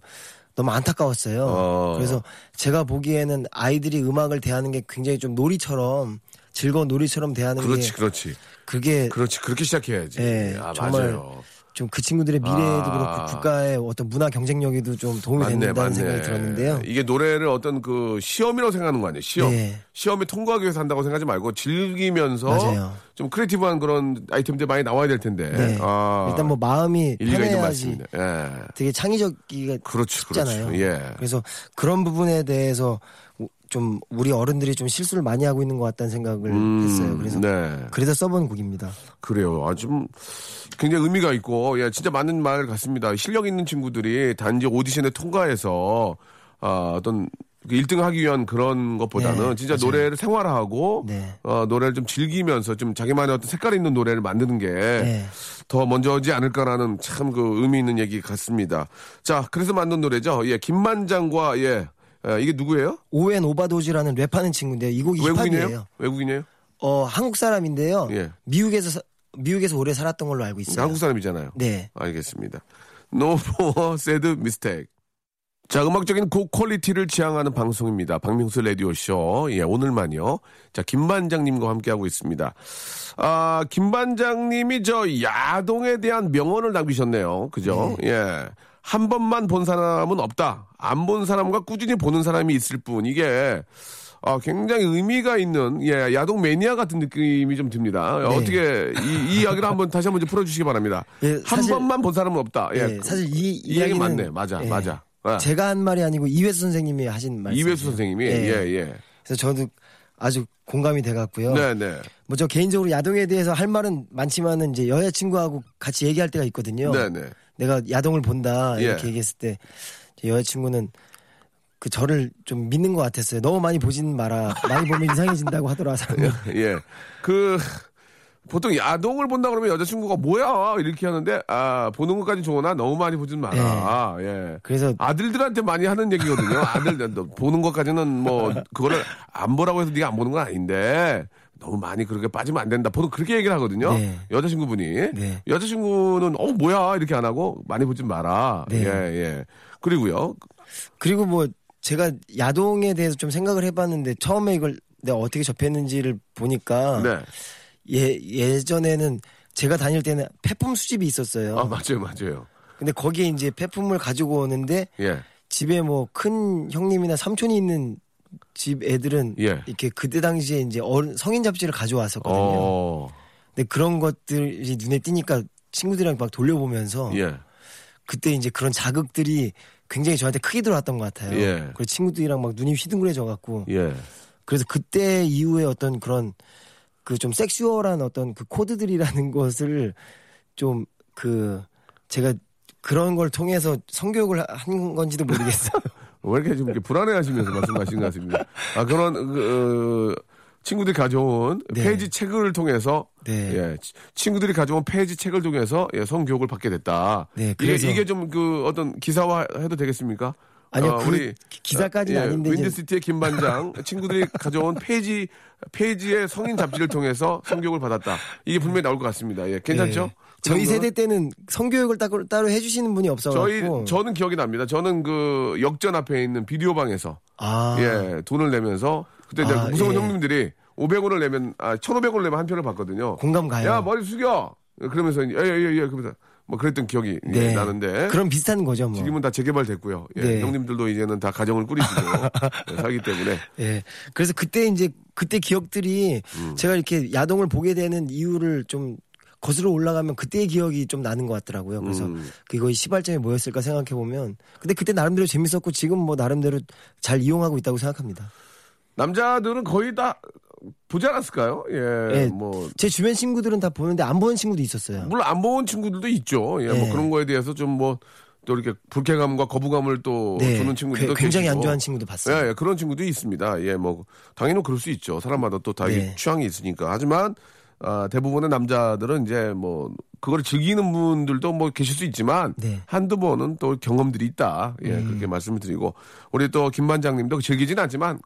Speaker 3: 너무 안타까웠어요.
Speaker 2: 어.
Speaker 3: 그래서 제가 보기에는 아이들이 음악을 대하는 게 굉장히 좀 놀이처럼 즐거운 놀이처럼 대하는
Speaker 2: 그렇지,
Speaker 3: 게
Speaker 2: 그렇지.
Speaker 3: 그게
Speaker 2: 그렇지. 그렇게 시작해야지.
Speaker 3: 예,
Speaker 2: 아,
Speaker 3: 네. 정말
Speaker 2: 맞아요.
Speaker 3: 좀 그 친구들의 미래에도
Speaker 2: 아.
Speaker 3: 그렇고 국가의 어떤 문화 경쟁력에도 좀 도움이 된다는 생각이 들었는데요.
Speaker 2: 이게 노래를 어떤 그 시험이라고 생각하는 거 아니에요? 시험.
Speaker 3: 네.
Speaker 2: 시험에 통과하기 위해서 한다고 생각하지 말고 즐기면서
Speaker 3: 맞아요.
Speaker 2: 좀 크리에이티브한 그런 아이템들 많이 나와야 될 텐데.
Speaker 3: 네.
Speaker 2: 아,
Speaker 3: 일단 뭐 마음이
Speaker 2: 일리가 있는
Speaker 3: 편해야지
Speaker 2: 말씀입니다. 예.
Speaker 3: 되게 창의적이가
Speaker 2: 그렇죠,
Speaker 3: 쉽잖아요.
Speaker 2: 그렇죠. 예.
Speaker 3: 그래서 그런 부분에 대해서 우- 좀 우리 어른들이 좀 실수를 많이 하고 있는 것 같다는 생각을 했어요. 그래서
Speaker 2: 음, 네.
Speaker 3: 그래서 써본 곡입니다.
Speaker 2: 그래요. 아, 좀 굉장히 의미가 있고, 예, 진짜 맞는 말 같습니다. 실력 있는 친구들이 단지 오디션에 통과해서, 아, 어떤, 1등 하기 위한 그런 것보다는
Speaker 3: 네,
Speaker 2: 진짜
Speaker 3: 맞아요.
Speaker 2: 노래를 생활화하고,
Speaker 3: 네.
Speaker 2: 어, 노래를 좀 즐기면서 좀 자기만의 어떤 색깔 있는 노래를 만드는 게,
Speaker 3: 네.
Speaker 2: 더 먼저지 않을까라는 참 그 의미 있는 얘기 같습니다. 자, 그래서 만든 노래죠. 예, 김만장과, 예, 예, 이게 누구예요?
Speaker 3: 오웬 오바도지라는 랩하는 친구인데요. 이 곡이
Speaker 2: 외국인이에요?
Speaker 3: 힙합이에요.
Speaker 2: 외국인이에요?
Speaker 3: 어 한국 사람인데요.
Speaker 2: 예.
Speaker 3: 미국에서 사- 미국에서 오래 살았던 걸로 알고 있어요.
Speaker 2: 한국 사람이잖아요.
Speaker 3: 네.
Speaker 2: 알겠습니다. No more sad mistake. 자, 음악적인 고퀄리티를 지향하는 방송입니다. 박명수 라디오쇼. 예, 오늘만요. 자, 김반장님과 함께하고 있습니다. 아, 김반장님이 저 야동에 대한 명언을 남기셨네요. 그죠? 예. 한 번만 본 사람은 없다. 안 본 사람과 꾸준히 보는 사람이 있을 뿐. 이게, 아, 굉장히 의미가 있는, 예, 야동 매니아 같은 느낌이 좀 듭니다. 어떻게, 이, 이 이야기를 한번 다시 한번 좀 풀어주시기 바랍니다.
Speaker 3: 예,
Speaker 2: 한
Speaker 3: 사실-
Speaker 2: 번만 본 사람은 없다. 예.
Speaker 3: 예, 사실 이
Speaker 2: 이 얘기
Speaker 3: 이야기는-
Speaker 2: 맞네. 맞아,
Speaker 3: 예.
Speaker 2: 맞아. 예.
Speaker 3: 제가 한 말이 아니고 이회수 선생님이 하신 말씀.
Speaker 2: 이회수 선생님이
Speaker 3: 예.
Speaker 2: 예예 예.
Speaker 3: 그래서 저도 아주 공감이 돼갖고요.
Speaker 2: 네네
Speaker 3: 뭐 저 개인적으로 야동에 대해서 할 말은 많지만은 이제 여자친구하고 같이 얘기할 때가 있거든요.
Speaker 2: 네네
Speaker 3: 내가 야동을 본다 이렇게
Speaker 2: 예.
Speaker 3: 얘기했을 때제 여자친구는 그 저를 좀 믿는 것 같았어요. 너무 많이 보진 마라. 많이 보면 이상해진다고 하더라.
Speaker 2: 예.
Speaker 3: 사람이.
Speaker 2: 예그 보통 야동을 본다 그러면 여자친구가 뭐야 이렇게 하는데 아 보는 것까지 좋으나 너무 많이 보진 마라 예
Speaker 3: 그래서
Speaker 2: 아들들한테 많이 하는 얘기거든요 아들 너 보는 것까지는 뭐 그거를 안 보라고 해서 네가 안 보는 건 아닌데 너무 많이 그렇게 빠지면 안 된다 보통 그렇게 얘기를 하거든요
Speaker 3: 네.
Speaker 2: 여자친구분이
Speaker 3: 네.
Speaker 2: 여자친구는 어 뭐야 이렇게 안 하고 많이 보진 마라
Speaker 3: 네.
Speaker 2: 예 예. 그리고요
Speaker 3: 그리고 뭐 제가 야동에 대해서 좀 생각을 해봤는데 처음에 이걸 내가 어떻게 접했는지를 보니까
Speaker 2: 네.
Speaker 3: 예 예전에는 제가 다닐 때는 폐품 수집이 있었어요.
Speaker 2: 아, 맞아요, 맞아요.
Speaker 3: 근데 거기에 이제 폐품을 가지고 오는데
Speaker 2: 예.
Speaker 3: 집에 뭐 큰 형님이나 삼촌이 있는 집 애들은
Speaker 2: 예.
Speaker 3: 이렇게 그때 당시에 이제 어른- 성인 잡지를 가져왔었거든요.
Speaker 2: 어,
Speaker 3: 근데 그런 것들이 눈에 띄니까 친구들이랑 막 돌려보면서
Speaker 2: 예.
Speaker 3: 그때 이제 그런 자극들이 굉장히 저한테 크게 들어왔던 것 같아요.
Speaker 2: 예.
Speaker 3: 그래서 친구들이랑 막 눈이 휘둥그레져 갖고
Speaker 2: 예.
Speaker 3: 그래서 그때 이후에 어떤 그런 그 좀 섹슈얼한 어떤 그 코드들이라는 *laughs* 것을 좀 그 제가 그런 걸 통해서 성교육을 하- 한
Speaker 2: *laughs*
Speaker 3: 건지도 모르겠어요.
Speaker 2: 왜 이렇게 지금 이렇게 불안해하시면서 말씀하신 것 같습니다. 아, 그런, 그, 어, 친구들이 가져온
Speaker 3: 네.
Speaker 2: 페이지 책을 통해서
Speaker 3: 네.
Speaker 2: 예, 치- 친구들이 가져온 페이지 책을 통해서 예, 성교육을 받게 됐다.
Speaker 3: 네,
Speaker 2: 이게,
Speaker 3: 그래서-
Speaker 2: 이게 좀 그 어떤 기사화 해도 되겠습니까?
Speaker 3: 아니요,
Speaker 2: 어,
Speaker 3: 그 기- 기사까지는
Speaker 2: 어,
Speaker 3: 아닌데 이제-
Speaker 2: 윈드시티의
Speaker 3: *laughs*
Speaker 2: 김반장 친구들이 가져온 페이지 페이지의 성인 잡지를 통해서 성교육을 받았다. 이게 분명히 나올 것 같습니다. 예, 괜찮죠?
Speaker 3: 네.
Speaker 2: 그런
Speaker 3: 저희
Speaker 2: 거?
Speaker 3: 세대 때는 성교육을 따로, 따로 해주시는 분이
Speaker 2: 저희
Speaker 3: 없어가지고
Speaker 2: 저는 기억이 납니다. 저는 그 역전 앞에 있는 비디오 방에서
Speaker 3: 아,
Speaker 2: 예 돈을 내면서 그때 이제
Speaker 3: 아,
Speaker 2: 무서운
Speaker 3: 예.
Speaker 2: 형님들이 500원을 내면 아 1,500원을 내면 한 편을 봤거든요.
Speaker 3: 공감 가요.
Speaker 2: 야 머리 숙여 그러면서 예예예 그러면서 뭐 그랬던 기억이 예,
Speaker 3: 네.
Speaker 2: 나는데
Speaker 3: 그런 비슷한 거죠, 뭐.
Speaker 2: 지금은 다 재개발됐고요. 예,
Speaker 3: 네.
Speaker 2: 형님들도 이제는 다 가정을
Speaker 3: *laughs*
Speaker 2: 꾸리시고 예, 살기 때문에
Speaker 3: 예. 그래서 그때 이제 그때 기억들이
Speaker 2: 음.
Speaker 3: 제가 이렇게 야동을 보게 되는 이유를 좀 거슬러 올라가면 그때의 기억이 좀 나는 것 같더라고요. 그래서
Speaker 2: 음.
Speaker 3: 그거 시발점이 뭐였을까 생각해 보면 근데 그때 나름대로 재밌었고 지금 뭐 나름대로 잘 이용하고 있다고 생각합니다.
Speaker 2: 남자들은 거의 다 보지 않았을까요? 예,
Speaker 3: 예.
Speaker 2: 뭐
Speaker 3: 제 주변 친구들은 다 보는데 안 보는 친구도 있었어요.
Speaker 2: 물론 안 본 친구들도 있죠. 예, 뭐
Speaker 3: 네.
Speaker 2: 그런 거에 대해서 좀 뭐 또 이렇게 불쾌감과 거부감을 또
Speaker 3: 네.
Speaker 2: 뭐 주는 친구들도
Speaker 3: 괴- 굉장히
Speaker 2: 계시고.
Speaker 3: 안 좋아하는 친구도 봤어요.
Speaker 2: 예, 예, 그런 친구도 있습니다. 예, 뭐 당연히 그럴 수 있죠. 사람마다 또 자기
Speaker 3: 네.
Speaker 2: 취향이 있으니까. 하지만 아, 대부분의 남자들은 이제 뭐 그걸 즐기는 분들도 뭐 계실 수 있지만
Speaker 3: 네. 음.
Speaker 2: 한두 번은 또 경험들이 있다. 예, 그렇게 말씀을 드리고 우리 또 김반장님도 즐기진 않지만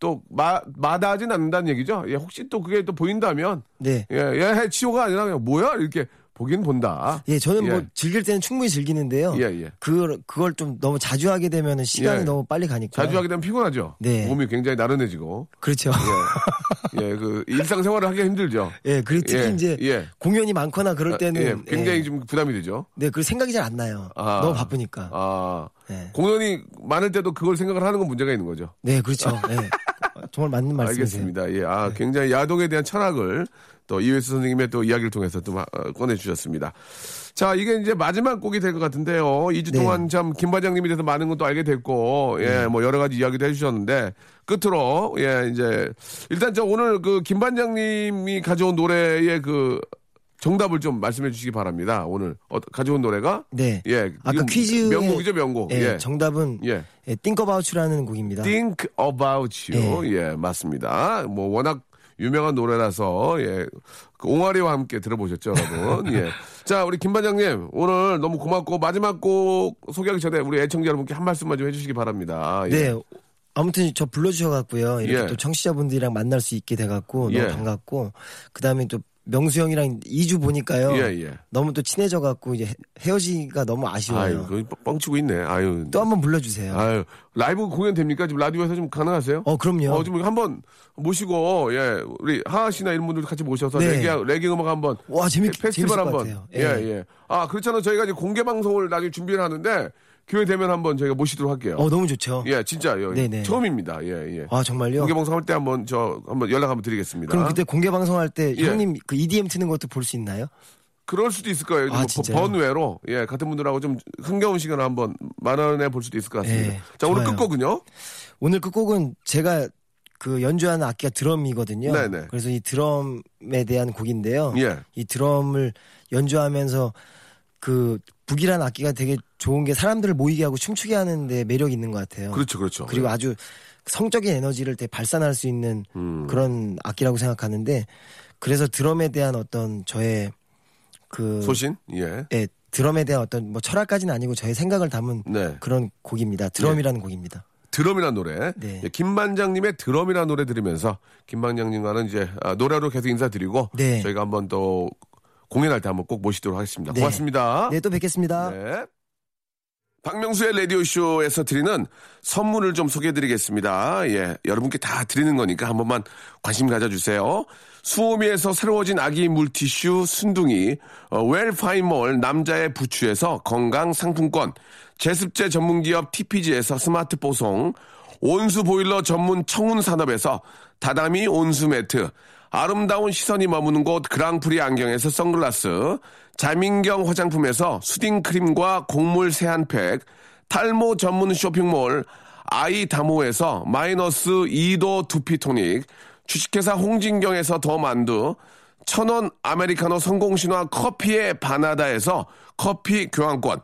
Speaker 2: 또 마, 마다하진 않는다는 얘기죠. 예, 혹시 또 그게 또 보인다면
Speaker 3: 네.
Speaker 2: 예, 예, 치호가 아니라 그냥 뭐야 이렇게 보긴 본다.
Speaker 3: 예, 저는 뭐
Speaker 2: 예.
Speaker 3: 즐길 때는 충분히 즐기는데요.
Speaker 2: 예, 예.
Speaker 3: 그걸 그걸 좀 너무 자주 하게 되면 시간이
Speaker 2: 예.
Speaker 3: 너무 빨리 가니까.
Speaker 2: 자주 하게 되면 피곤하죠.
Speaker 3: 네.
Speaker 2: 몸이 굉장히 나른해지고.
Speaker 3: 그렇죠. *laughs*
Speaker 2: 예, 그 일상생활을 하기 힘들죠.
Speaker 3: 예, 그리고 특히
Speaker 2: 예,
Speaker 3: 이제
Speaker 2: 예.
Speaker 3: 공연이 많거나 그럴
Speaker 2: 아,
Speaker 3: 때는
Speaker 2: 예, 굉장히
Speaker 3: 예.
Speaker 2: 좀 부담이 되죠.
Speaker 3: 네, 그 생각이 잘 안 나요.
Speaker 2: 아.
Speaker 3: 너무 바쁘니까.
Speaker 2: 아
Speaker 3: 예.
Speaker 2: 공연이 많을 때도 그걸 생각을 하는 건 문제가 있는 거죠.
Speaker 3: 네, 그렇죠. 예. 정말
Speaker 2: *laughs*
Speaker 3: 맞는 말씀이세요. 네.
Speaker 2: 알겠습니다. 예, 아 굉장히 야동에 대한 철학을 또 이회수 선생님의 또 이야기를 통해서 또 어, 꺼내 주셨습니다. 자, 이게 이제 마지막 곡이 될 것 같은데요. 2주
Speaker 3: 네.
Speaker 2: 동안 참 김 반장님에 대해서 많은 것도 알게 됐고, 예, 뭐 여러 가지 이야기도 해주셨는데 끝으로 예 이제 일단 저 오늘 그 김 반장님이 가져온 노래의 그 정답을 좀 말씀해 주시기 바랍니다. 오늘 어, 가져온 노래가
Speaker 3: 네.
Speaker 2: 예,
Speaker 3: 아까
Speaker 2: 이건
Speaker 3: 퀴즈
Speaker 2: 명곡이죠, 명곡.
Speaker 3: 예,
Speaker 2: 예.
Speaker 3: 정답은
Speaker 2: 예.
Speaker 3: 예, Think About라는 곡입니다.
Speaker 2: Think About
Speaker 3: 네.
Speaker 2: You. 예, 맞습니다. 뭐 워낙 유명한 노래라서 예, 그 옹알이와 함께 들어보셨죠, 여러분.
Speaker 3: *laughs*
Speaker 2: 예. 자, 우리 김 반장님 오늘 너무 고맙고 마지막 곡 소개하기 전에 우리 애청자 여러분께 한 말씀만 좀 해주시기 바랍니다. 예.
Speaker 3: 네. 아무튼 저 불러주셔갖고요. 이렇게
Speaker 2: 예.
Speaker 3: 또 청취자분들이랑 만날 수 있게 돼갖고
Speaker 2: 예.
Speaker 3: 너무 반갑고 그다음에 또 명수 형이랑 2주 보니까요.
Speaker 2: 예, 예.
Speaker 3: 너무 또 친해져갖고 이제 헤- 헤어지기가 너무
Speaker 2: 아유,
Speaker 3: 아쉬워요.
Speaker 2: 그 뻥치고 있네. 아유.
Speaker 3: 또 한번 불러주세요.
Speaker 2: 아유, 라이브 공연 됩니까? 지금 라디오에서 좀 가능하세요?
Speaker 3: 어 그럼요.
Speaker 2: 어, 좀 한번 모시고, 예, 우리 하하 씨나 이런 분들 같이 모셔서
Speaker 3: 네.
Speaker 2: 레게, 레게 음악 한번.
Speaker 3: 와, 재밌- 재밌을
Speaker 2: 페스티벌
Speaker 3: 것
Speaker 2: 한번.
Speaker 3: 같아요.
Speaker 2: 예,
Speaker 3: 예.
Speaker 2: 예. 아, 그렇잖아요. 저희가 이제 공개 방송을 나중에 준비를 하는데, 기회 되면 한번 저희가 모시도록 할게요.
Speaker 3: 어 너무 좋죠.
Speaker 2: 예, 진짜요.
Speaker 3: 네네.
Speaker 2: 처음입니다. 예, 예.
Speaker 3: 아 정말요.
Speaker 2: 공개 방송 할 때 한번 저, 한번 연락 한번 드리겠습니다.
Speaker 3: 그럼 그때 공개 방송할 때
Speaker 2: 예.
Speaker 3: 형님 그 EDM 트는 것도 볼 수 있나요?
Speaker 2: 럴 수도 있을 거예요.
Speaker 3: 아,
Speaker 2: 뭐
Speaker 3: 진짜요?
Speaker 2: 번외로, 예, 같은 분들하고 좀 흥겨운 시간을 한번 마련해 볼 수도 있을 것 같습니다.
Speaker 3: 예,
Speaker 2: 자, 오늘
Speaker 3: 좋아요. 어.
Speaker 2: 끝곡은요?
Speaker 3: 오늘 그 끝곡은 제가 그 연주하는 악기가 드럼이거든요.
Speaker 2: 네네.
Speaker 3: 그래서 이 드럼에 대한 곡인데요.
Speaker 2: 예.
Speaker 3: 이 드럼을 연주하면서 그 북이란 악기가 되게 좋은 게 사람들을 모이게 하고 춤추게 하는데 매력이 있는 것 같아요.
Speaker 2: 그렇죠, 그렇죠.
Speaker 3: 리고 아주 성적인 에너지를 되게 발산할 수 있는
Speaker 2: 음.
Speaker 3: 그런 악기라고 생각하는데 그래서 드럼에 대한 어떤 저의 그
Speaker 2: 소신? 예.
Speaker 3: 예, 드럼에 대한 어떤 뭐 철학까지는 아니고 저의 생각을 담은
Speaker 2: 네.
Speaker 3: 그런 곡입니다. 드럼이라는 곡입니다.
Speaker 2: 드럼이라는 노래.
Speaker 3: 네.
Speaker 2: 예, 김반장님의 드럼이라는 노래 들으면서 김반장님과는 이제 아, 노래로 계속 인사드리고
Speaker 3: 네.
Speaker 2: 저희가 한번 또 공연할 때 한번 꼭 모시도록 하겠습니다.
Speaker 3: 네.
Speaker 2: 고맙습니다.
Speaker 3: 네, 또 뵙겠습니다.
Speaker 2: 아. 네. 박명수의 라디오쇼에서 드리는 선물을 좀 소개해드리겠습니다. 예, 여러분께 다 드리는 거니까 한 번만 관심 가져주세요. 수오미에서 새로워진 아기 물티슈 순둥이, 어, 웰파이몰 남자의 부추에서 건강 상품권, 제습제 전문기업 TPG에서 스마트 보송, 온수 보일러 전문 청운 산업에서 다다미 온수 매트, 아름다운 시선이 머무는 곳 그랑프리 안경에서 선글라스, 자민경 화장품에서 수딩 크림과 곡물 세안팩, 탈모 전문 쇼핑몰 아이다모에서 마이너스 2도 두피토닉, 주식회사 홍진경에서 더 만두, 천원 아메리카노 성공신화 커피의 바나다에서 커피 교환권,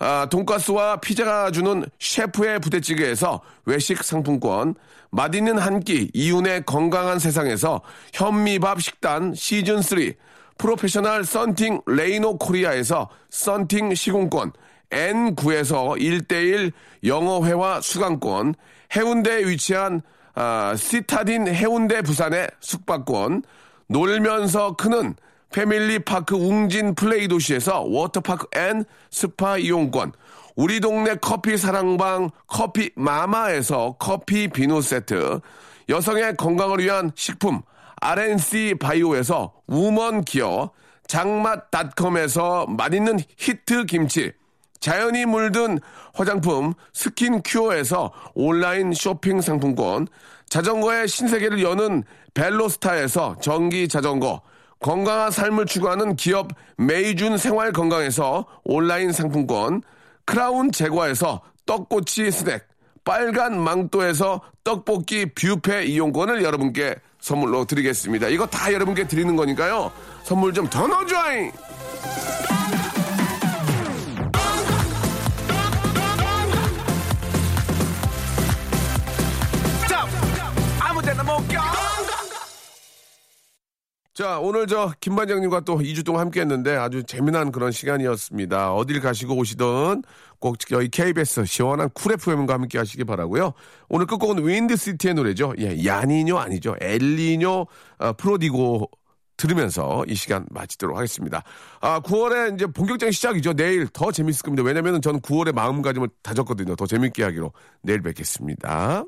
Speaker 2: 아, 돈가스와 피자가 주는 셰프의 부대찌개에서 외식 상품권, 맛있는 한 끼 이윤의 건강한 세상에서 현미밥 식단 시즌 3, 프로페셔널 썬팅 레이노 코리아에서 썬팅 시공권, N9에서 1대1 영어회화 수강권, 해운대에 위치한 아, 시타딘 해운대 부산의 숙박권, 놀면서 크는 패밀리파크 웅진 플레이 도시에서 워터파크 앤 스파 이용권, 우리 동네 커피 사랑방 커피 마마에서 커피 비누 세트, 여성의 건강을 위한 식품 RNC 바이오에서 우먼 기어, 장맛닷컴에서 맛있는 히트 김치, 자연이 물든 화장품 스킨큐어에서 온라인 쇼핑 상품권, 자전거의 신세계를 여는 벨로스타에서 전기 자전거, 건강한 삶을 추구하는 기업 메이준 생활 건강에서 온라인 상품권, 크라운 제과에서 떡꼬치 스낵, 빨간 망토에서 떡볶이 뷔페 이용권을 여러분께 선물로 드리겠습니다. 이거 다 여러분께 드리는 거니까요. 선물 좀 더 넣어줘잉!
Speaker 1: 가볼까?
Speaker 2: 자, 오늘 저 김반장님과 또 2주 동안 함께 했는데 아주 재미난 그런 시간이었습니다. 어딜 가시고 오시든 꼭 저희 KBS 시원한 쿨 FM과 함께 하시기 바라고요. 오늘 끝곡은 윈드시티의 노래죠. 예, 야니뇨 아니죠. 엘리뇨 아, 프로디고 들으면서 이 시간 마치도록 하겠습니다. 아, 9월에 이제 본격적인 시작이죠. 내일 더 재밌을 겁니다. 왜냐면은 저는 9월에 마음가짐을 다졌거든요. 더 재밌게 하기로 내일 뵙겠습니다.